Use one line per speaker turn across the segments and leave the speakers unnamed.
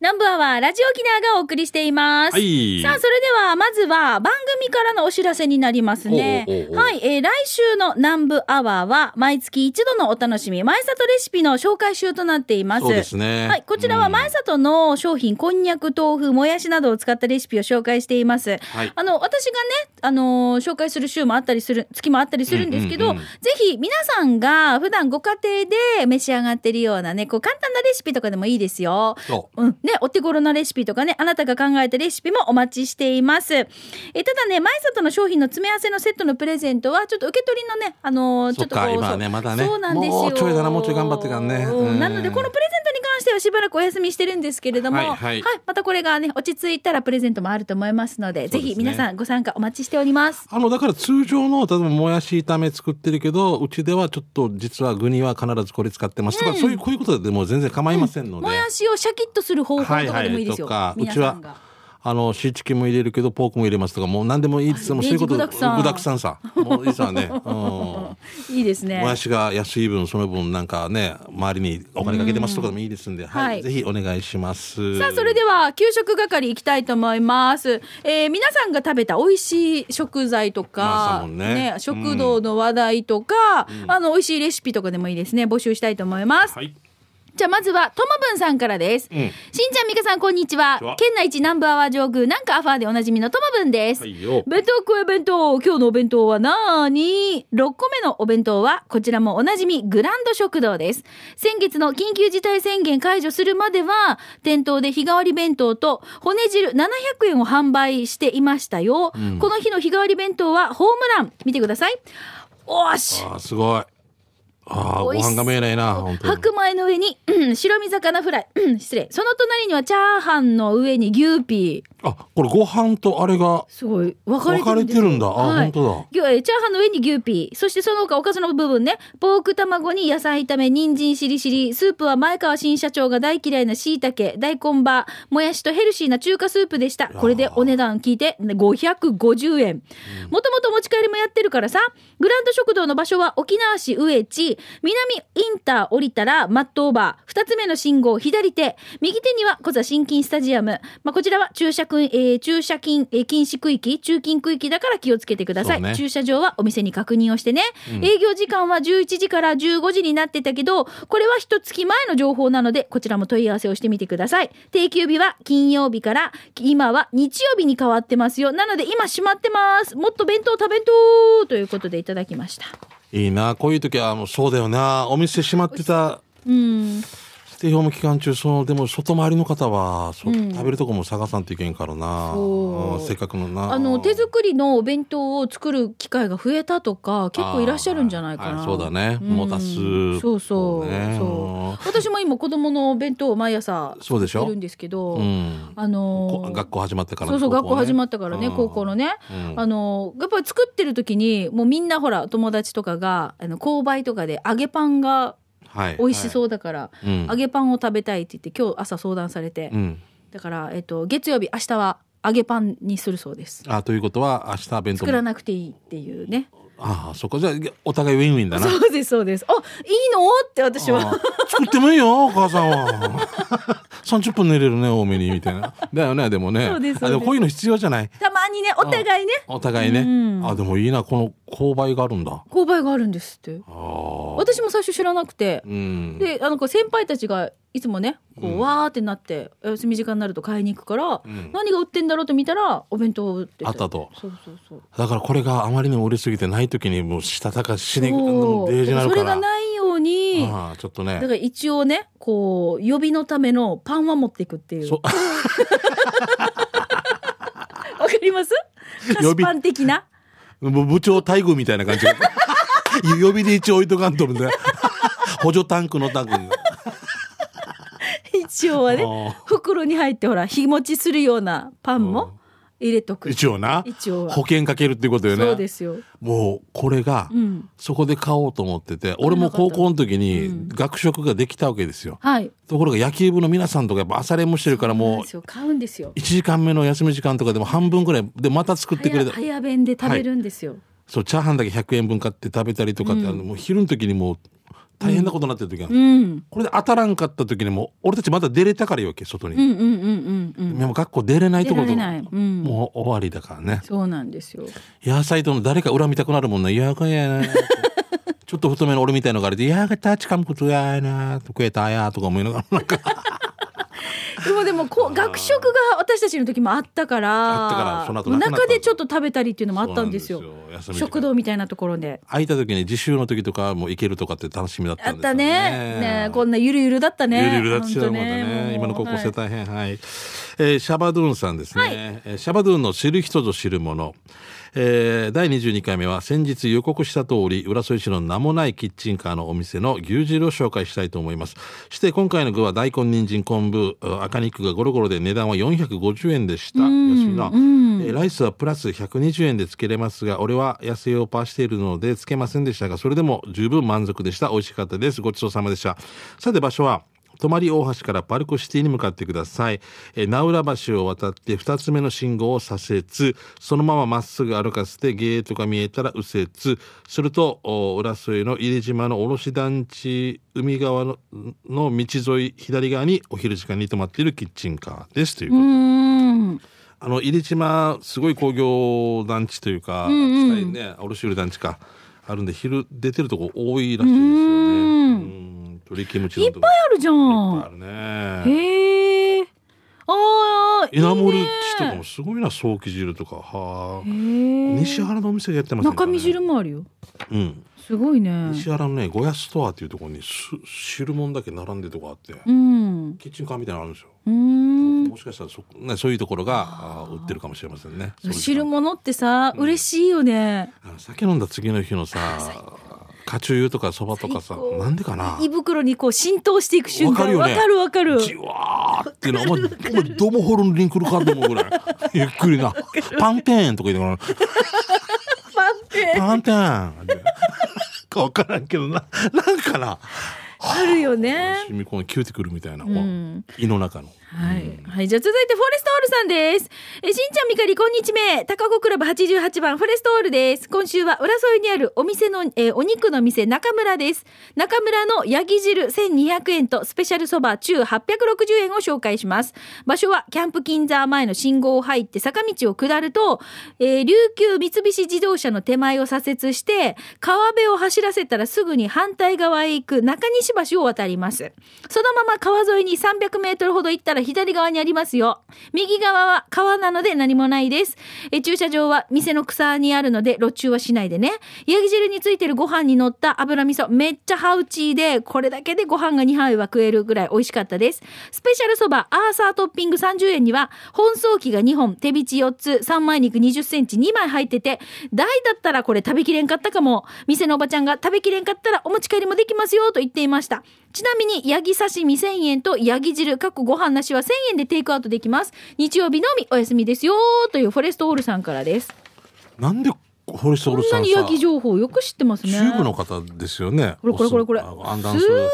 南部アワーラジオキナがお送りしています。
はい。
さあ、それでは、まずは番組からのお知らせになりますね。
おうおうおう
はい、えー来週の南部アワーは、毎月一度のお楽しみ、前里レシピの紹介集となっています。
そうですね。
はい、こちらは前里の商品、こんにゃく、豆腐、もやしなどを使ったレシピを紹介しています。
はい
あの、私がね、あのー紹介する週もあったりする、月もあったりするんですけど、
うんうんうん
ぜひ皆さんが普段ご家庭で召し上がってるようなね、こう簡単なレシピとかでもいいですよ。
そう
うん、ね、お手頃なレシピとかね、あなたが考えたレシピもお待ちしています。え、ただね、前里の商品の詰め合わせのセットのプレゼントは、ちょっと受け取りのね、あのーち
そ
ょ
っ
っとこ
か、
う、
今
そう
はね、まだね。
そうなんですよ。
もうちょいだな、もうちょい頑張ってからね。
うん
うん
なので、このプレゼントに関してはしばらくお休みしてるんですけれども、
はい
はい、
はい
またこれがね、落ち着いたらプレゼントもあると思いますので、
す
ぜ
ね
ひ皆さんご参加お待ちしております。
あの、だから通常の、例えばもやし炒め作ってるけど、うちではちょっと実は具には必ずこれ使ってますとか、そういう、こういうことでもう全然構いませんので。
もやしをシャキッとする方法とかでもいいですよ。
はいはい、
皆
とか、
さ
うちは
んが。、
あの、シーチキンも入れるけど、ポークも入れますとか、もう何でもいいです。
あ
もうそういうこと、
イメージ具沢山
沢山さ。もうい いさね。うん。
いいですね。
もやしが安い分、その分なんかね、周りにお金かけてますとかでもいいですんで、はい、
はい
ぜひお願いします。
さあ、それでは、給食係行きたいと思います。えー皆さんが食べた美味しい食材と
まあ
か、
そうねうん
食堂の話題とか、あの、美味しいレシピとかでもいいですね。募集したいと思います。
はい。
じゃあ、まずは、ともぶんさんからです。
うん。
しんちゃん、みかさん、こんにちは
こんにちは。
県内一南部アワー上宮、なんかアファーでおなじみのともぶんです。
はいよ。
弁当食え弁当今日のお弁当はなーに ?6 個目のお弁当は、こちらもおなじみ、グランド食堂です。先月の緊急事態宣言解除するまでは、店頭で日替わり弁当と骨汁700円を販売していましたよ。この日の日替わり弁当はホームラン。見てください。おーし
ああ、すごい。ああ、ご
美味しそう
飯が見えないな、本当に。
白米の上に、うん白身魚フライ、うん失礼。その隣にはチャーハンの上に牛ピー。
あ、これご飯とあれが
すごい。分かれ
分
て
か
る
れ
んで
て
す
るんだ。あ、
はい
本当だ。
ぎょえーチャーハンの上に牛ピー。そしてその他おかずの部分ね。ポーク卵に野菜炒め、人参しりしり。スープは前川新社長が大嫌いな椎茸、大根葉、もやしとヘルシーな中華スープでした。これでお値段聞いて550円。もともと持ち帰りもやってるからさ。グランド食堂の場所は沖縄市上地。南インター降りたらマットオーバー。二つ目の信号左手。右手には小座新金スタジアム。まあ、こちらは駐車くん、えー駐車禁、えー禁止区域、駐禁区域だから気をつけてください。
そうね
駐車場はお店に確認をしてね、営業時間は11時から15時になってたけどこれは一月前の情報なのでこちらも問い合わせをしてみてください定休日は金曜日から今は日曜日に変わってますよなので今閉まってますもっと弁当食べんとということでいただきました
いいな、こういう時はもうそうだよな。お店閉まってた。
うん
ステイホーム期間中、その、でも、外回りの方は、そ食べるとこも探さんといけんからな。
そう
うんせっかくのな。
あの手作りのお弁当を作る機会が増えたとか結構いらっしゃるんじゃないか
あー
な
はいそうだね
ん
持たす
そうそう
そうね
そう私も今子供のお弁当を毎朝
そうでしょ
作ってるんですけど、
うん。
あの
こ
ー
学校始まってから、
そうそう、学校始まったからね、
うん
高校のね。
うん
あのーやっぱり作ってる時に、もうみんなほら、友達とかが、あの、購買とかで揚げパンが
はい。
美味し
う。
そうだから、
うん
揚げパンを食べたいって言って、今日朝相談されて、
うん。
だから、えっと、月曜日、明日は揚げパンにするそうです。
あ、ということは、明日弁当
作らなくていいっていうね。
ああ、そこじゃ、お互いウィンウィンだな。
そうです、そうです。あ、いいのって私は。
ああ作ってもいいよ、お母さんは。30分 寝れるね、多めに、みたいな。だよね、でもね。
そうですそうです
あでもこういうの必要じゃない。
たまにね、お互いね、
お互いうね。
ん
あ、でもいいな、この勾配があるんだ。
購買があるんですって。
ああ。
私も最初知らなくて、
うん。
であのこう先輩たちがいつもねこう、わーってなってお休み時間になると買いに行くから、
ん
何が売ってんだろうと見たらお弁当売って
あったと
そうそうそう
だからこれがあまりにも売れすぎてない時にもうしたたかしに
そう
デージになる
そ
か
れ
ら
がないように
ああちょっと
だか
ね
ら一応ねこう予備のためのパンは持っていくっていう
そ
わかります菓
予
子
備
パン的な
もう部長待遇みたいな感じ予備で一応置いとかんと るんだよ補助タンクのタンクに
一応はね
あ
袋に入ってほら日持ちするようなパンも入れとく
一応な
一応は
保険かけるってことよね
そうですよ
もうこれが、
うん
そこで買おうと思ってて俺も高校の時に学食ができたわけですよ、
はい
ところが野球部の皆さんとかやっぱ朝練もしてるから
そうなん
も
です
う
よ買うんですよ
1時間目の休み時間とかでも半分ぐらいでまた作ってくれ
早
た
早弁で食べるんですよ、
そうチャーハンだけ100円分買って食べたりとかって、あのもう昼の時にもう大変なことになってる時がある、
うん
これで当たらんかった時にもう俺たちまだ出れたからよけ外
う
に、
んうんうんうん
でも学校出れないところ
出られないうん
もう終わりだからね
そうなんですよ
野菜との誰か恨みたくなるもんな「いやかや な」ちょっと太めの俺みたいのがあれで「いやがたちかむことやな」と食えたやとか思いながらなんか
でもでもこう学食が私たちの時もあったから
あったからその後なくなっ
中
た
でちょっと食べたりっていうのもあったんですよ
そうなんですよ休み時間
食堂みたいなところで。
空いた時に自習の時とかも行けるとかって楽しみだった
あ
ん
っ
ですよ
た
ね。
ね。ねえこんなゆるゆるだったね。
ゆるゆるだってたもんだ
ほと
ね。今の高校生
はい
大変、はい。えーシャバドゥーンさんですね。
はい
えーシャバドゥーンの知る人ぞ知るもの。えー、第22回目は先日予告した通り、浦添市の名もないキッチンカーのお店の牛汁を紹介したいと思います。して今回の具は大根、人参、昆布、う赤肉がゴロゴロで値段は450円でした。安いな。えーライスはプラス120円でつけれますが、俺は野生をパーしているのでつけませんでしたが、それでも十分満足でした。美味しかったです。ごちそうさまでした。さて場所は、泊まり大橋からパルコシティに向かってください。えー、名浦橋を渡って2つ目の信号を左折。そのまままっすぐ歩かせてゲートが見えたら右折。すると、お浦添の入島の卸団地海側のの道沿い左側にお昼時間に泊まっているキッチンカーです。ということ
う
で
ん。
あの入島すごい工業団地というか、地帯ね卸売団地かあるんで昼出てるとこ多いらしいですよね。うん鳥キムチ
い
の
っ
と
ぱ
こ
いあるじゃ
いっぱい
ん。
あるね。
へえ。ああ。
稲盛
いい
り
ね
地とかもすごいな早期汁とかはあ。
へえ。
西原のお店がやってますね。
中身汁もあるよ。
うん。
すごいね。
西原のねゴヤストアっていうところにす汁もんだけ並んでるとこあって、
うん。う
キッチンカーみたいなのあるんですよ。
ーん。
もしかしたらそ,、ね、そういうところがあー売ってるかもしれませんね。そういう時間
汁物ってさ、嬉しいよね。
あの酒飲んだ次の日のさカチュー油とかそばとかさ
最高
なんでかな
胃袋にこう浸透していく瞬間。
わ
わ
か
か
る
るわかる。
じわーっていうのはお前お前どもホルンリンクルかと思うぐらい ゆっくりなパンテーンとか言いながら
パンって。
パンテーンってか分からんけどななんかな
あるよね。
染み込んでキューティクルみたいな、
ん
胃の中の
はい。はい。じゃあ続いて、フォレストオールさんです。え、しんちゃんみかり、こんにちめ。高子クラブ88番、フォレストオールです。今週は、浦添にあるお店の、えーお肉の店、中村です。中村のヤギ汁1200円と、スペシャルそば中860円を紹介します。場所は、キャンプ金沢前の信号を入って、坂道を下ると、えー琉球三菱自動車の手前を左折して、川辺を走らせたらすぐに反対側へ行く中西橋を渡ります。そのまま川沿いに300メートルほど行ったら左側にありますよ。右側は川なので何もないです。え駐車場は店の草にあるので路中はしないでね。ヤギ汁についてるご飯に乗った油味噌めっちゃハウチーで、これだけでご飯が2杯は食えるぐらい美味しかったです。スペシャルそばアーサートッピング30円には、本草機が2本、手びち4つ、三枚肉20センチ2枚入ってて、大だったらこれ食べきれんかったかも。店のおばちゃんが食べきれんかったらお持ち帰りもできますよと言っていました。ちなみに、ヤギ刺身1000円とヤギ汁、かっこご飯なしは1000円でテイクアウトできます。日曜日のみお休みですよというフォレストオールさんからです。
なんでホリスト
こ
オ
ん
ルさ
なんにヤ
さ
ギ情報よく知ってますね。
中部の方ですよね
これこれこれこれ。す
お酢
ご
あ
いな
暗断する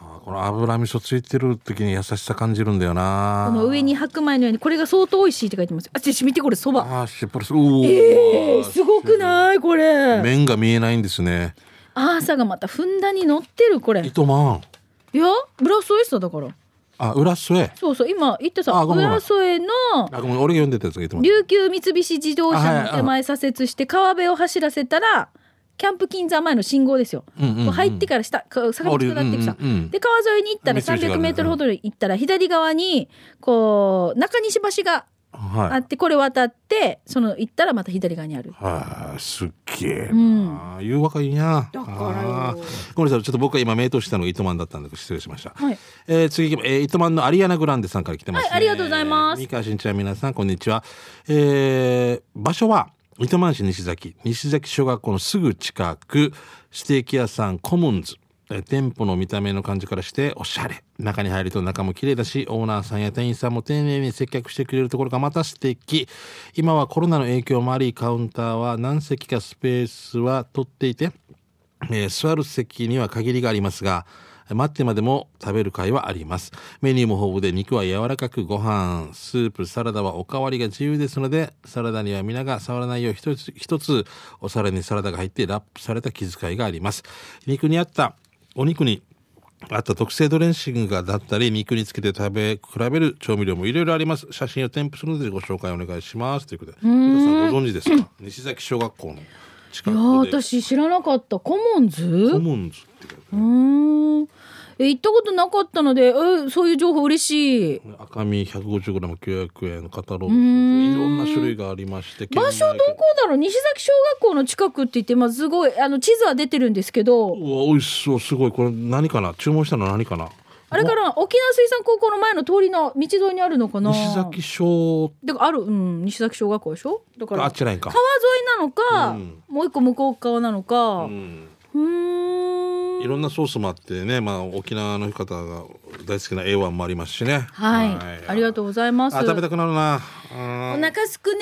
あーこの油味噌ついてる時に優しさ感じるんだよな
この上に白米のように、これが相当美味しいって書いてます。あ、ちょ、見てこれ、そば。
ああ、失敗する。おー
えー、すごくないこれ。
麺が見えないんですね。
朝がまたふんだんに乗ってるこれ。い
糸満。
や、ブラストエストだから。
あ、裏添。
そうそう、今言ってさ、
あごめんごめん
浦添の
あ、ごめん、俺が読んでたやつが糸満。
琉球三菱自動車
あは
の
い
手前左折して川辺を走らせたら、キャンプ金沢前の信号ですよ。
うんうんうん
こう入ってから下、こう坂道下っていくさ。
うんうんうん
で、川沿いに行ったら
三菱が
300
ある
メートルほど行ったら、左側に、こう、中西橋があ
は
って、これ渡って、その行ったらまた左側にある。
い。はい、すっげえ
うん
な。誘惑がいいな。
だからよ
あーごめんなさい、ちょっと僕が今、名刀したのが糸満だったんで、失礼しました。
はい。
えー、次行きま、えー、糸満のアリアナグランデさんから来てます、ね。
はいありがとうございます
三河新ちゃん、皆さん、こんにちは。えー、場所は、糸満市西崎、西崎小学校のすぐ近く、ステーキ屋さんコモンズ。えー店舗の見た目の感じからしておしゃれ中に入ると中も綺麗だしオーナーさんや店員さんも丁寧に接客してくれるところがまた素敵今はコロナの影響もありカウンターは何席かスペースは取っていてえー座る席には限りがありますが、待ってまでも食べる会はありますメニューも豊富で肉は柔らかくご飯スープサラダはおかわりが自由ですのでサラダには皆が触らないよう一つ一つお皿にサラダが入ってラップされた気遣いがあります肉に合ったお肉にあと特製ドレッシングがだったり肉につけて食べ比べる調味料もいろいろあります写真を添付するのでご紹介お願いしますということで皆さんご存知ですか西崎小学校の近
いや
くで
私知らなかったコモンズ
コモンズってい
う
う
ーんえ行ったことなかったのでえそういう情報嬉しい
赤身 150g900 円肩ロース
ん
いろんな種類がありまして
場所どこだろう西崎小学校の近くって言って、まあ、すごいあの地図は出てるんですけど
うわ美味しそうすごいこれ何かな注文したの何かな
あれから沖縄水産高校の前の通りの道沿いにあるのかな
西崎小
だからある、うん、西崎小学校でしょだから
あ
川
っちないか、
沿いなのか、
うん
もう一個向こう側なのかう
う、
んーん
いろんなソースもあってね、まあ、沖縄の方が大好きな A1 もありますしね
はい、ありがと
う
うございます
あ食べたくなるな
お
うん
腹すくね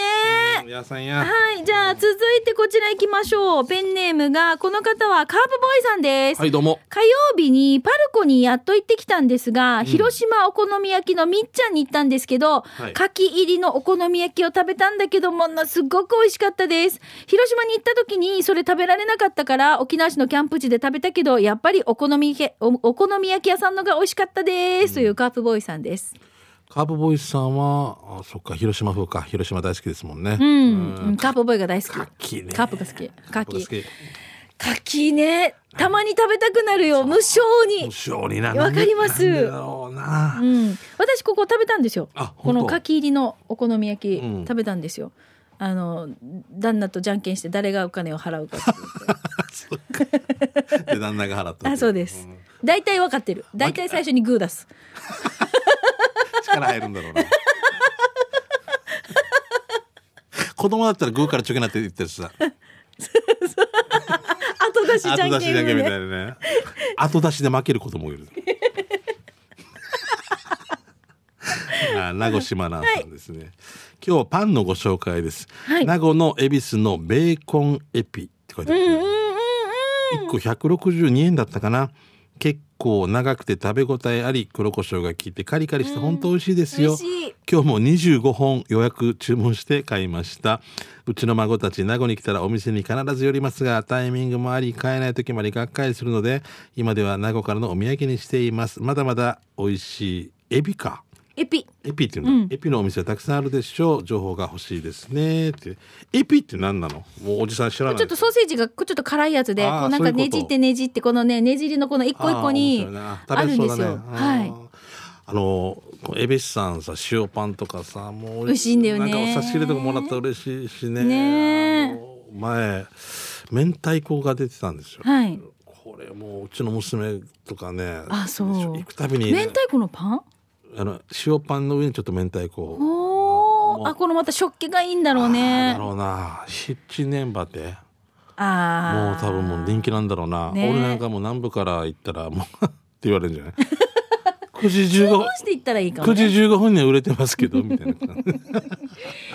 野菜や
はいじゃあ続いてこちら行きましょうペンネームがこの方はカープボーイさんです、
はいどうも
火曜日にパルコにやっと行ってきたんですが、広島お好み焼きのみっちゃんに行ったんですけど、
い
牡蠣入りのお好み焼きを食べたんだけどものすごく美味しかったです広島に行った時にそれ食べられなかったから沖縄市のキャンプ地で食べたけどやっぱりお好みけおお好み焼き屋さんのが美味しかったです、というカープボーイさんです
カーブボーイスさんはあそっか広島風か広島大好きですもんね、
うん、カープボーイが大好き
牡蠣ね
カープが好きカ
僕が好
キ
き
カキねたまに食べたくなるよ無性に
無性にな
わかります
なんでだろうな、
うん、私ここ食べたんですよ
あ
こ
本当
のかき入りのお好み焼き
うん
食べたんですよ、あの旦那とじゃんけんして誰がお金を払うかって いう
そっかで旦那が払った
あそうです
ん
大体分かってる大体最初にグー出す
力入るんだろ うな子供だったらグーからチョキなって言ってるしさ
後出しじゃ
後
ん
出
け
し
ん
だ
で
けみたい
ね
なね後出しで負ける子供もい るあ名護島なさんですね、今日はパンのご紹介です、
はい
名護の恵比寿のベーコンエピって書いてある、
うんうんうん
1個162円だったかな結構長くて食べ応えあり黒胡椒が効いてカリカリして本当美味しいですよ、
嬉しい
今日も25本予約注文して買いましたうちの孫たち名護に来たらお店に必ず寄りますがタイミングもあり買えない時までがっかりするので今では名護からのお土産にしていますまだまだ美味しいエビか
エピ
エピっていうの、エピのお店はたくさんあるでしょう情報が欲しいですねってエピって何なのもうおじさん知らない
ちょっとソーセージがちょっと辛いやつで
あー
こうなん
そうい
か
う
ね
こと
じってねじってこのねねじりのこの一個一個に
あー
あ
面
るん
白
で
いな
す
食べれ
よ
そうだねあ
はい
ーあの恵比寿さんさ塩パンとかさもう
美味しいんだよね
なんかお差し入れとかもらったら嬉しいしね
ねえ
あの前明太子が出てたんですよ
はい
これもううちの娘とかね
あそう
行くたびに、
明太子のパン
あの塩パンの上にちょっと明太子を
お
も
ー
う
あこのまた食器がいいんだろう
あー
ね
だろうな七年ばて
あー
もう多分もう人気なんだろうな、
ねえ
俺なんかもう南部から行ったらもう って言われるんじゃない9時15分
どうしていったらいいかも、
9
ね
時、15分には売れてますけどみたいな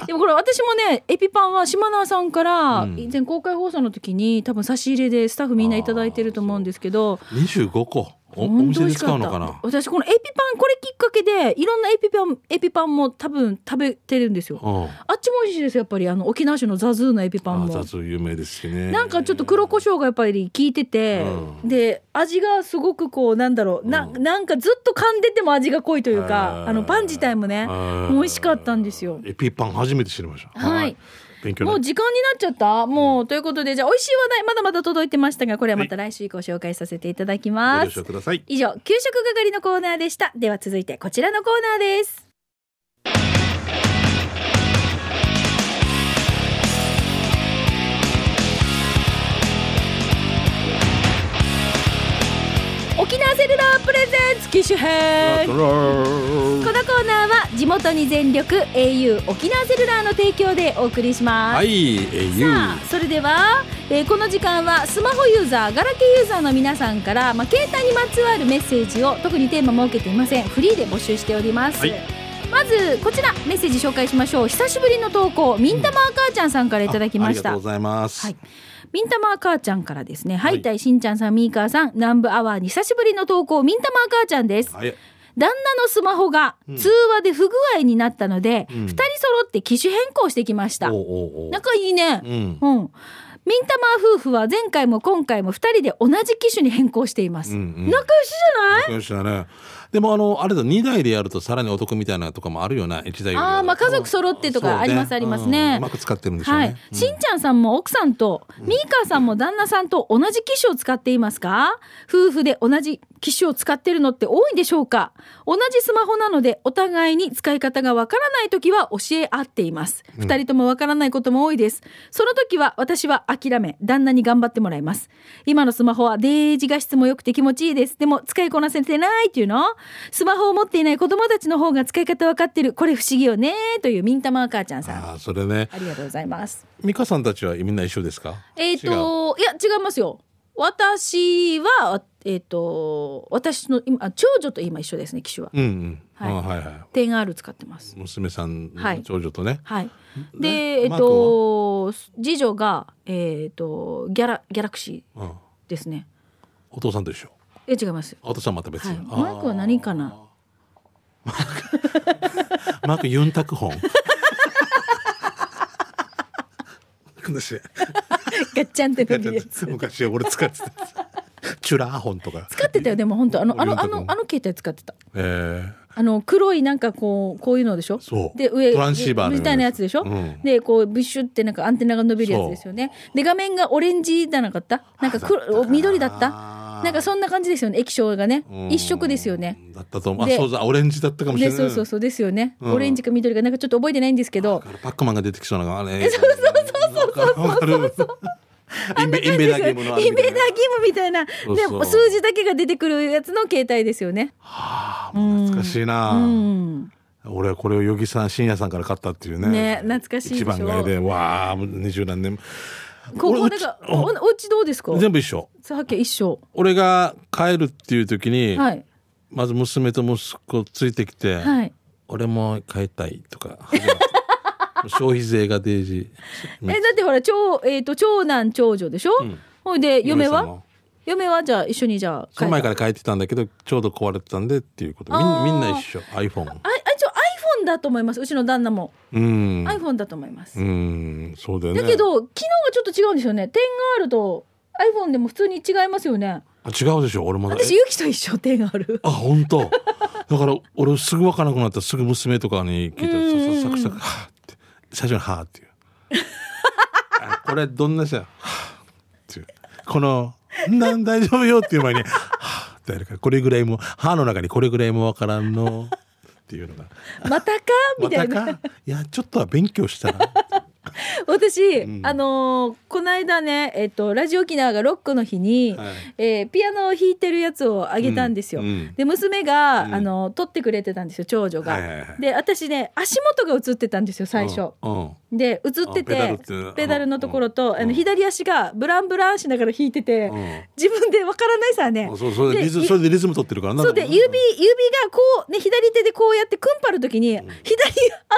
でもこれ私もねエピパンは島縄さんから
うん
以前公開放送の時に多分差し入れでスタッフみんな頂いただいてると思うんですけど
25個おお
本当
店
美
で
味し
使
か
う
った
のかな
私このエピパンこれきっかけでいろんなエピパンエピパンも多分食べてるんですよ
うん
あっちも美味しいですよやっぱりあの沖縄市のザズーのエピパン
あ
も
雑有名ですしね
なんかちょっと黒胡椒がやっぱり効いてて、
うん
で味がすごくこうなんだろうな
うん
なんかずっと噛んでても味が濃いという
あ
か
ー
あのパン自体もね
はい
美味しかったんですよ
エピパン初めて知りました
はい
勉強
も
にな
う
る
時間になっちゃったもうということでじゃあ美味しい話題まだまだ届いてましたがこれはまた来週ご紹介させていただき
ご
ま
了
す、
承ください
以上給食係のコーナーでしたでは続いてこちらのコーナーです沖縄セルラープレゼンツ機種編このコーナーは地元に全力 au 沖縄セルラーの提供でお送りします
はい au
さあそれでは、えーこの時間はスマホユーザーガラケーユーザーの皆さんから、まあ、携帯にまつわるメッセージを特にテーマ設けていませんフリーで募集しております、
はい
まずこちらメッセージ紹介しましょう久しぶりの投稿ミンタマー母ちゃんさんからいただきまし
あありがと
た
うございます。
はい。ミンタマー母ちゃんからですね。はいい、たいしんちゃんさん、ミーカーさん、南部アワーに久しぶりの投稿、ミンタマー母ちゃんです。
はい。
旦那のスマホが通話で不具合になったので、二、
うん
人揃って機種変更してきました。
おうおうおう。
仲いいね。
うん。
うん。ミンタマー夫婦は前回も今回も二人で同じ機種に変更しています。
うんうん
仲良しじゃない
仲良しだね。でもあのあれだ2台でやるとさらにお得みたいなとかもあるよな1台よりは
あーまあ家族揃ってとか
そうね
ありますありますね
うんうまく使ってるんでしょう
は
ね。
い、しんちゃんさんも奥さんと、ミーカーさんも旦那さんと同じ機種を使っていますか夫婦で同じ機種を使ってるのって多いんでしょうか同じスマホなのでお互いに使い方がわからない時は教え合っています二、人ともわからないことも多いですその時は私は諦め旦那に頑張ってもらいます今のスマホはデージ画質も良くて気持ちいいですでも使いこなせてないっていうのスマホを持っていない子供たちの方が使い方わかってるこれ不思議よねというミンタマーカーちゃんさん
ああそれね。
ありがとうございます
美香さんたちはみんな一緒ですか？
えっ、
違う。
といや違いますよ。私はえっ、と私の今あ長女と今一緒ですね機種は。
うんうん。
は
はいい、はいはい。
10R 使ってます。
娘さん
は
の
い
長女とね。
はい。で
ね
えっ、と次女がえっ、とギャラギャラクシ
うん。
ーですね。
お父さんと一緒。
え違います。
お父さんまた別。
はい。
あー
マイクは何かな。
マークユンタ クホン。昔
ガッチャンってなるやつ。
昔俺使ってたやつ。チュラーホンとか。
使ってたよでも本当あのあのあ
オリエンタ
の
ル
あの携帯使ってた。
ええ
あの黒いなんかこうこういうのでしょ
そう
で上
トランシーバーのような
みたいなやつでしょ、
うん
でこうビシュってなんかアンテナが伸びるやつですよねで画面がオレンジじゃなかったなんか
あだった
黒
かな
緑だったなんかそんな感じですよね液晶がね
うん
一色ですよね。
だったと思う。あ、
で
そうだ、オレンジだったかもしれ
で
ない。
そうそうそうですよね、
うん
オレンジか緑かなんかちょっと覚えてないんですけど
パックマンが出てきそうなのがあれ。そうそうそうそう。わかる。インベインベーダーゲームのあれ
イン
みた
ベー
い
ダ
な
ーゲームみたいな
そうそう
で数字だけが出てくるやつの携帯ですよね
はあ、懐かしいな。
うん
俺はこれをヨギさん、深夜さんから買ったっていうね。
ね懐かしいでしょ
一番買いで、わあ、もう二十何年。
ここだ
俺
から
う
おお家どうですか
ち全部一緒。
さっき一緒
俺が帰るっていう時に、
はい
まず娘と息子ついてきて、
はい
俺も買いたいとか。始まった消費税がデージ。
えだってほら長,、えー、と長男長女でしょ、ほいで嫁
さん
は
も
嫁はじゃあ一緒にじゃあ
その前からら変えてたんだけどちょうど壊れてたんでっていうことみ
あー
んみんな一緒 iPhone
ああ一応 iPhone だと思いますうちの旦那も、
うん
iPhone だと思います、
うんそうだよね
だけど昨日はちょっと違うんですよね 10R と iPhone でも普通に違いますよね
あ違うでしょ俺も
私
え
ゆきと一緒 10R
あ本当だから俺すぐわからなくなったらすぐ娘とかに聞いたらささサクサクはあって最初にはあっていうあこれどんなじゃはあっていうこのなん大丈夫よっていう前にはあってやるからこれぐらいも歯の中にこれぐらいもわからんのっていうのが
またかみたいな、
またかいやちょっとは勉強し たら
私、あのーこの間ね、えっとラジオ沖縄がロックの日に、
はい
えーピアノを弾いてるやつをあげたんですよ、
うんうん
で娘が、
うん
あのー撮ってくれてたんですよ長女が、
はいはいはい
で私ね足元が映ってたんですよ最初、
うんうん
で映って
あペダル
て
っていうの
ペダルのところと、
うん
あの左足がブランブランしながら弾いてて、
うん
自分でわからないさね
あそうそれでリズ
で
それでリズム取ってるからな
そうで指指がこうね左手でこうやってクンパる時に、左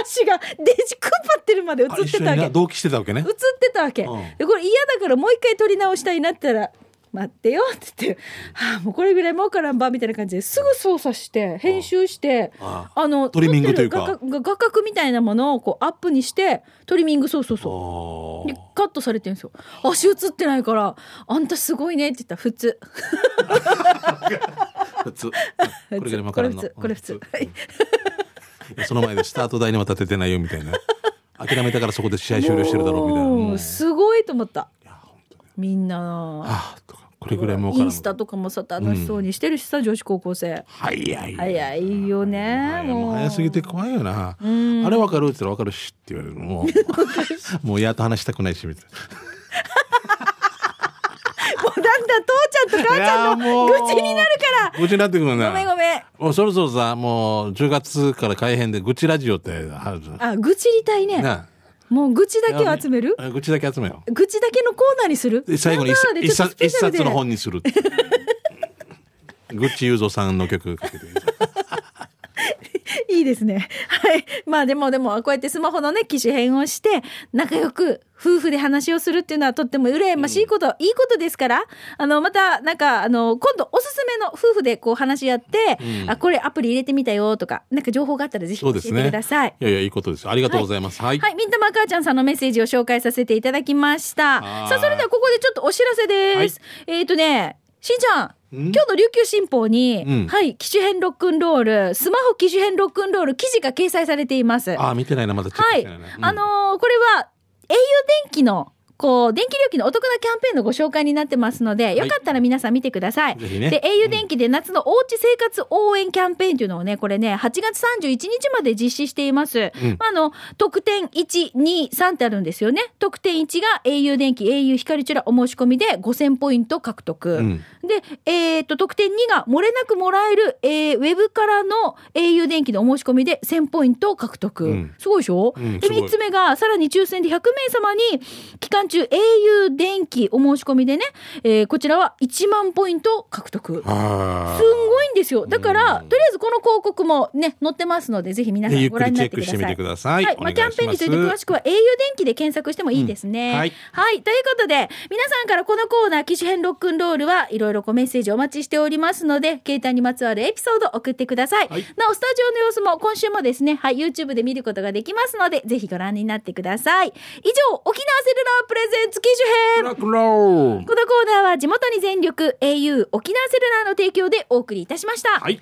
足がデジクンパってるまで映っ
あ一
て
緒に
たわけ
な同期してたわけね
映ってたわけ、
うん
でこれ嫌だからもう一回撮り直したいなって言ったら「待ってよ」って言って「はあもうこれぐらいもうからんば」みたいな感じですぐ操作して編集して、
あ
あの
トリミングというか
撮ってる画角画角みたいなものをこうアップにしてトリミングそうそう
あ
そう。で
ー
カットされてるんですよ足映ってないから「あんたすごいね」って言ったら普通
普通うんこれぐらいわからんの
これ普通これ普通
うんうんいやその前でスタート台にも立ててないよみたいな諦めたからそこで試合終了してるだろうみたいな
も
うん
う
い
すごいと思った
や本当に
みんな
あーとかこれぐらいもわから
イ
ん
ンスタとかもさ楽しそうにしてるしさ、女子高校生
早い
早いよね
早い
も
も
う
う早すぎて怖いよなあれわかるって言ったらわかるしって言われる もうもうやっと話したくないしみたいな
もうだんだん父ちゃんと母ちゃんの
いやもう
愚痴になるか
愚痴になってくるね
らごめんごめん
もうそろそろさもう10月から改編で愚痴ラジオってあるじゃん
あ愚痴りたいね
な
もう愚痴だ
あ
けを集める
あ愚痴だけ集めよ
愚痴だけのコーナーにする
うで最後に一
なん
冊
だ
一
ちょっ
冊
と
一
スペシャルで
冊の本にする愚痴ゆうぞさんの曲かけて
いいですね。はい。まあでもでも、こうやってスマホのね、機種変をして、仲良く夫婦で話をするっていうのはとっても羨ましいこと、いいことですから、あの、また、なんか、あの、今度おすすめの夫婦でこう話し合って、
うん
あ、これアプリ入れてみたよとか、なんか情報があったらぜひ
そ
教
う
え
です
て
ね
ください。
いやいやいいことですありがとうございますはい、
はい、みんたまかーちゃんさんのメッセージを紹介させていただきました。
はーい
さあ、それではここでちょっとお知らせです。えっ、とね、しんちゃん。
うん
今日の琉球新報に、
うん
はい、機種編ロックンロール、スマホ機種編ロックンロール記事が掲載されています。は
あー見てないなまだチェックし
い。
てないな、うん
あのーこれは、au 電気の、こう、電気料金のお得なキャンペーンのご紹介になってますので、よかったら皆さん見てください。
ぜひね
で、au 電気で夏のおうち生活応援キャンペーンというのをね、これね、8月31日まで実施しています。
うん
まああの、特典1、2、3ってあるんですよね。特典1が au 電気、au 光チュラお申し込みで5000ポイント獲得。
うん
で、えーっと、特典2が漏れなくもらえる、えーウェブからの au 電気のお申し込みで1000ポイントを獲得。
うん
すごいでしょ、
うん
です
ごい
3つ目が、さらに抽選で100名様に、期間中 au 電気お申し込みでね、えーこちらは1万ポイントを獲得。
あー
すんごいんですよ。だから、
うん
とりあえずこの広告もね、載ってますので、ぜひ皆さ
でゆ
ん
っ
ご
く
覧
り
に
チ
なっ
ェッ
て
ク
くだ
し
さい。
てみ
は
てください。
い、まあ、キャンペーンについて詳しくは au 電気で検索してもいいですね。
うんは
はいい、ということで、皆さんからこのコーナー、機種編ロックンロールはいろいろごメッセージお待ちしておりますので、携帯にまつわるエピソード送ってください。
はい
なお、スタジオの様子も今週もですね、はい、YouTube で見ることができますので、ぜひご覧になってください。以上、沖縄セルラープレゼンツ機種編
ラク
こ
ロー
のコーナーは地元に全力 au 沖縄セルラーの提供でお送りいたしました。
はい。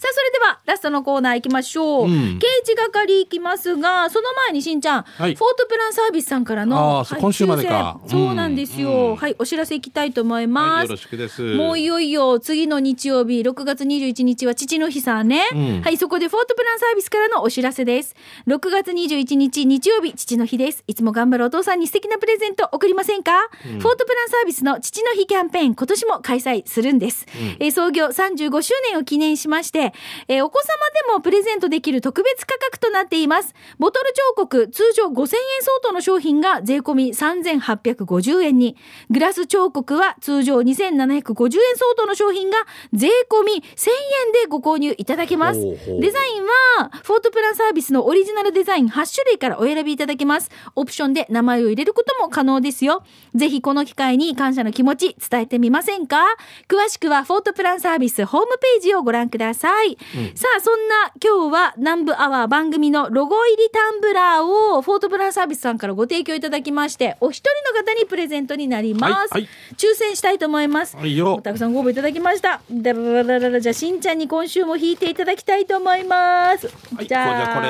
さあ、それではラストのコーナー行きましょう。
うん
刑事係行きますが、その前にしんちゃん、
はい
フォートプランサービスさんから
あー
の
そう
はい
今週までか
抽選そうなんですよ、
うん
はい、お知らせ行きたいと思い
は
ま
い、よ
す。
ろしくです。
もういよいよ次の日曜日6月21日は父の日さんね、
うん
はいそこでフォートプランサービスからのお知らせです6月21日日曜日父の日ですいつも頑張るお父さんに素敵なプレゼント送りませんか、フォートプランサービスの父の日キャンペーン今年も開催するんです、えー創業35周年を記念しまして、えーお子様でもプレゼントできる特別価格となっていますボトル彫刻通常5000円相当の商品が税込み3850円にグラス彫刻は通常2750円相当の商品が税込み1000円でご購入いただけます
ほうほう
デザインはフォートプランサービスのオリジナルデザイン8種類からお選びいただけますオプションで名前を入れることも可能ですよぜひこの機会に感謝の気持ち伝えてみませんか詳しくはフォートプランサービスホームページをご覧ください、さあそんな今日は南部アワー番組のロゴ入りタンブラーをフォートプランサービスさんからご提供いただきましてお一人の方にプレゼントになります、
はいはい
抽選したいと思います
はいよ。
たくさんご応募いただきました。だらららららじゃあしんちゃんに今週も弾いていただきたいと思います。
はい
じゃあ
これじゃあこれ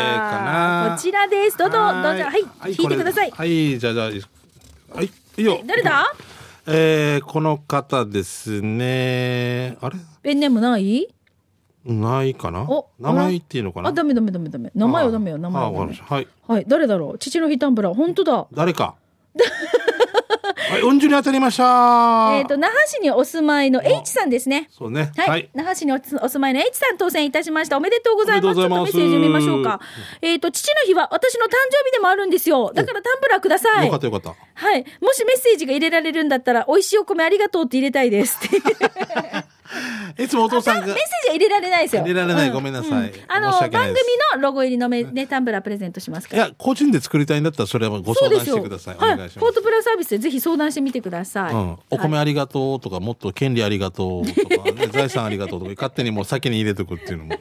かな
こちらです。どうぞどうぞはい弾いてください。
これはい、じゃあじゃあはい、いいよ
え。誰だ？
えー、この方ですね。あれ
ペンネームない？
ないかな
お
名前言っていいのかな
あダメダメダメダメ名前はダメよ名前は
ああ
ダ
わか
メ
りました。はい。
はい誰だろう父の日タンブラー本当だ。
誰か。はい、うんじゅに当たりました。
えっ、と那覇市にお住まいの H さんですね。
そうね。
はい、那覇市におつお住まいの H さん当選いたしましたおめでとうございます
おめでとうございます
ちょっとメッセージ見ましょうかえっ、と父の日は私の誕生日でもあるんですよだからタンブラーください
よかったよかった。
はい。もしメッセージが入れられるんだったら、美味しいお米ありがとうって入れたいですって。メッセー
いつもお父さ ん
ジ
が
は入れられないですよ。
入れられない
うん
ごめんなさい
あの、
申
番
し訳ない
組
です
のロゴ入りのメ ね、タンブラープレゼントします
い
から。
や個人で作りたいんだったらそれはご相談してください。お
はい。フ
願い
ォ
しま
ー
す。
トプラサービスでぜひ相談してみてください。
うん、お米
はい
ありがとうとかもっと権利ありがとうとか、ね、 財産ありがとうとか勝手にもう先に入れとくっていうのも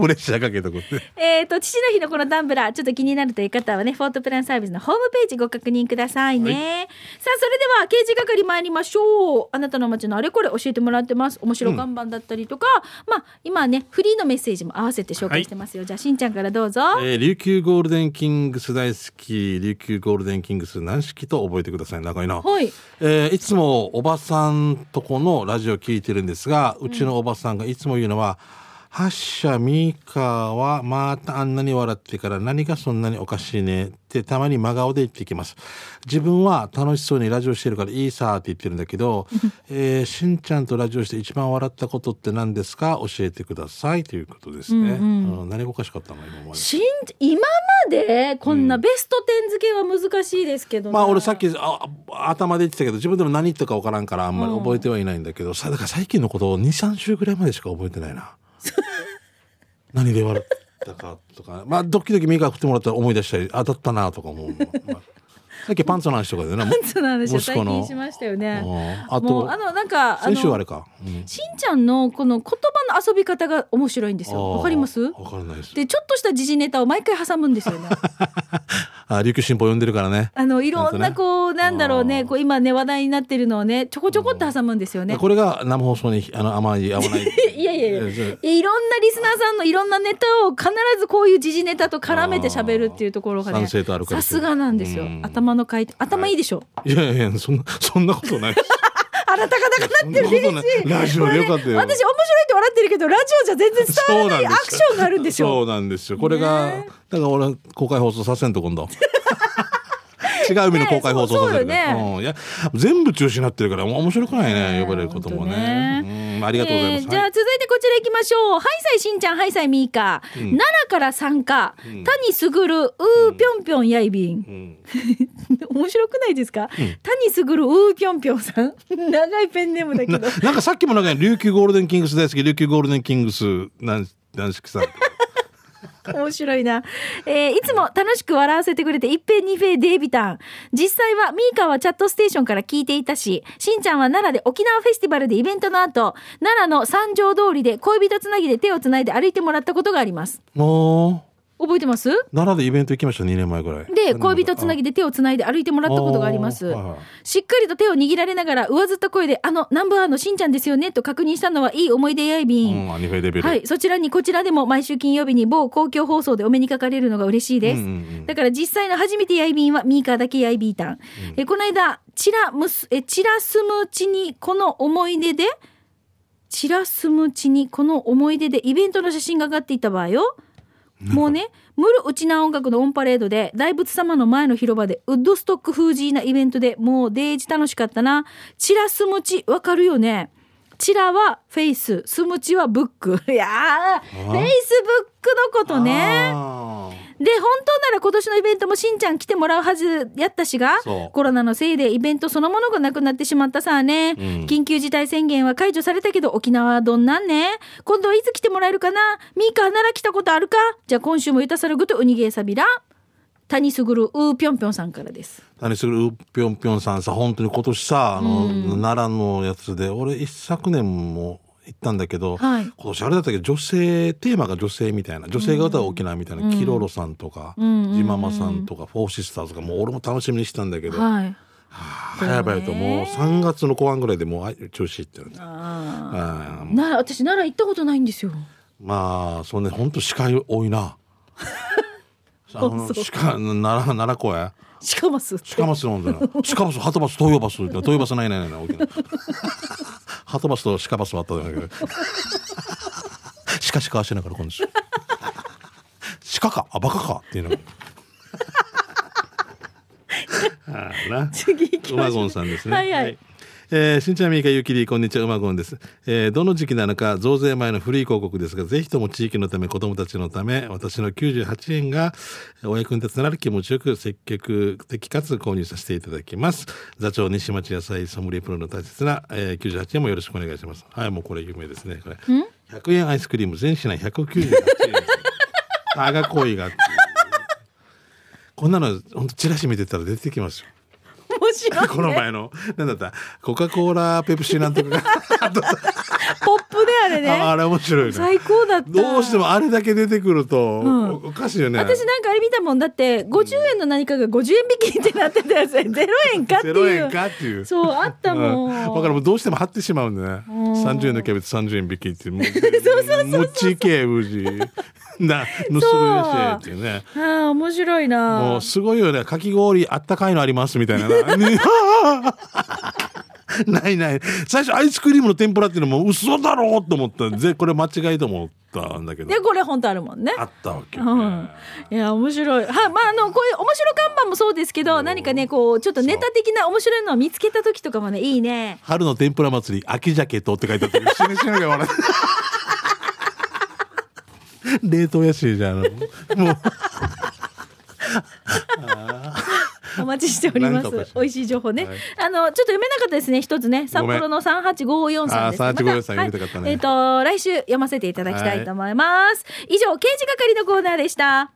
プレッシャーかけとくって
えっ、と、父の日のこのタンブラー、ちょっと気になるという方はね、フォートプランサービスのホームページご確認くださいね。さあ、それでは、刑事係参りましょう。あなたの街のあれこれ教えてもらってます。面白看板だったりとか、まあ、今ね、フリーのメッセージも合わせて紹介してますよ。じゃあ、しんちゃんからどうぞ。
えー琉球ゴールデンキングス大好き琉球ゴールデンキングス軟式と覚えてください長いな、
はい。
えーいつもおばさんとこのラジオ聞いてるんですがうちのおばさんがいつも言うのは「はっしゃみーかはまたあんなに笑ってから何がそんなにおかしいね」ってたまに真顔で言ってきます自分は楽しそうにラジオしてるからいいさーって言ってるんだけど、 えーしんちゃんとラジオして一番笑ったことって何ですか教えてくださいということですね、うん何がおかしかったの今まで
しん、今まで、こんなベスト10付けは難しいですけどね、
まあ俺さっきああ頭で言ってたけど自分でも何言ったか分からんからあんまり覚えてはいないんだけど、さだから最近のことを23週ぐらいまでしか覚えてないな何で笑っったかとかまあドキドキ目が振ってもらったら思い出したり当たったなとか 思う、まあさっきパンツの話とかでね
そうなんですよ
息
最
子の
近しましたよね
うんあ
もう
と
あのなんかあ
先週あ
の
れか、うん
しんちゃんのこの言葉の遊び方が面白いんですよわかります
わからないです
でちょっとした時事ネタを毎回挟むんです よね
あ琉球新報読んでるからね
あのいろん
なんか
な
ね
こうなんだろうね
あー
こう今ね話題になってるのをねちょこちょこって挟むんですよね
これが生放送にあの甘い合わない
いやいやいや
えー
いろんなリスナーさんのいろんなネタを必ずこういう時事ネタと絡めて喋るっていうところが
あー
ね
賛成とあるから
さすがなんですよ
うん
頭の回転頭いいでしょ、
いやいやいやそんなそんなことないです
あらたかなくなってる
そんなことないラジオでよかった
私
よ
面白いって笑ってるけどラジオじゃ全然伝わらないアクションがあるんです
そ
よ
うなんですよこれが、
ね
だから俺公開放送させんと今度 違う意味の公開放送させるから、
ねそうそうよね
うんいや全部中止になってるからもう面白くないね呼ばれることもね
本
うんありがとうございます、
えーじゃあ続いてこちら行きましょう。はいさいしんちゃん、はいさいみーか。奈良から参加。
ん
谷すぐる、うーぴょんぴょんやいびん。
うん
面白くないですか、谷すぐる、うーぴょんぴょんさん。 長いペンネームだけ ど。
なんかさっきもなんか琉球ゴールデンキングス大好き琉球ゴールデンキングスなん男子さん
面白いな。えーいつも楽しく笑わせてくれて、一平二平デービタン。実際は、ミーカはチャットステーションから聞いていたし、しんちゃんは奈良で沖縄フェスティバルでイベントの後、奈良の三条通りで恋人つなぎで手をつないで歩いてもらったことがあります。
も
覚えてます
う奈良でイベント行きました2年前ぐらい
で、恋人つなぎで手をつないで歩いてもらったことがあります。
おーはいはい
しっかりと手を握られながら、上ずった声で、あの、ナンバーワンのしんちゃんですよね、と確認したのはいい思い出やいび。
うんんアニフェレベル、
はい、そちらにこちらでも毎週金曜日に某公共放送でお目にかかれるのが嬉しいです。
うんうんうん
だから実際の初めてやいびんはミーカーだけやいびーたん。えこの間、チラむす、え、チラすむうちにこの思い出で、チラすむうちにこの思い出でイベントの写真が上がっていた場合よ。もうね、ムルウチナー音楽のオンパレードで、大仏様の前の広場で、ウッドストック風ーなイベントでもうデージ楽しかったな。チラスムチ、わかるよね。チラはフェイス、スムチはブック。 いやー、フェイスブックのことね。
あー
で、本当なら今年のイベントもしんちゃん来てもらうはずやったしが
そう、
コロナのせいでイベントそのものがなくなってしまったさあね、緊急事態宣言は解除されたけど沖縄はどんなんね今度はいつ来てもらえるかなミーカなら来たことあるかじゃあ今週もゆたさるぐとウニゲーサビラ。谷すぐるうーぴょんぴょんさんからです。
何するぴょんぴょんさんさ本当に今年さあの、奈良のやつで俺一昨年も行ったんだけど、
はい
今年あれだったけど女性テーマが女性みたいな女性が歌う沖縄みたいな、キロロさんとか、ジママさんとかフォーシスターズとかもう俺も楽しみにしてたんだけど、
はい。
早々ともう3月の後半ぐらいでもうあ中止って言われて
あ
あー
ーなら私奈良行ったことないんですよ。
まあそんね本当司会多い なあの
そう
鹿奈良奈良公園
しかますって。
鹿バスなんだよ。鹿バス、ハトバス、東洋バス、東洋バスないないないない。沖縄ハトバスと鹿バスはあったんだけど。しかしかしてないから、今度。鹿か、あ、バカかっていうのが。 あーな
次行き
う
ま
ま
しょ
ご
うん
さんですね。
はいはい
えー、しんちゃんみーかゆきりこんにちはうまごんです、えーどの時期なのか増税前の古い広告ですがぜひとも地域のため子どもたちのため私の98円がお役に立つなら気持ちよく積極的かつ購入させていただきます座長西町野菜ソムリエプロの大切な、えー、98円もよろしくお願いしますはいもうこれ有名ですねこれ100円アイスクリーム全品198円です あがこいがっていうこんなの本当チラシ見てたら出てきますよ
面白い、ね。
この前の、なんだった、コカ・コーラ、ペプシなんとかが、あとさ
ポップであ れね。
ああれ面白いね。
最高だった。
どうしてもあれだけ出てくると、
ん
おおかしいよね。
私なんかあれ見たもんだって50円の何かが50円引きってなってたやつで 0円かっていう
0円かっていう。
そうあったもん、
うんだからもうどうしても張ってしまうんだね。30円のキャベツ30円引 きっていう。もうもち系無事。 な、盗むやしっていうね。
ああ面白い
も
な
うすごいよね。かき氷あったかいのありますみたい なな。ねないない。最初アイスクリームの天ぷらっていうのも嘘だろうと思った。ぜこれ間違いと思ったんだけど
で。これ本当あるもんね
あったわけ、
うん、いや面白いはまああのこういう面白看板もそうですけど何かねこうちょっとネタ的な面白いのを見つけた時とかもねいいね
春の天ぷら祭り秋鮭とって書いてあったけど死ぬ死ぬが笑って 冷凍やしじゃんもうあー
お待ちしており
な
ま
ん
す
かおかしい
美味しい情報ね、
はい
あのちょっと読めなかったですね一つね札幌の三八五四さんです
あー3854
さ
さ
ん
ん
はい
読みたかったね
えっ、と来週読ませていただきたいと思います、以上刑事係のコーナーでした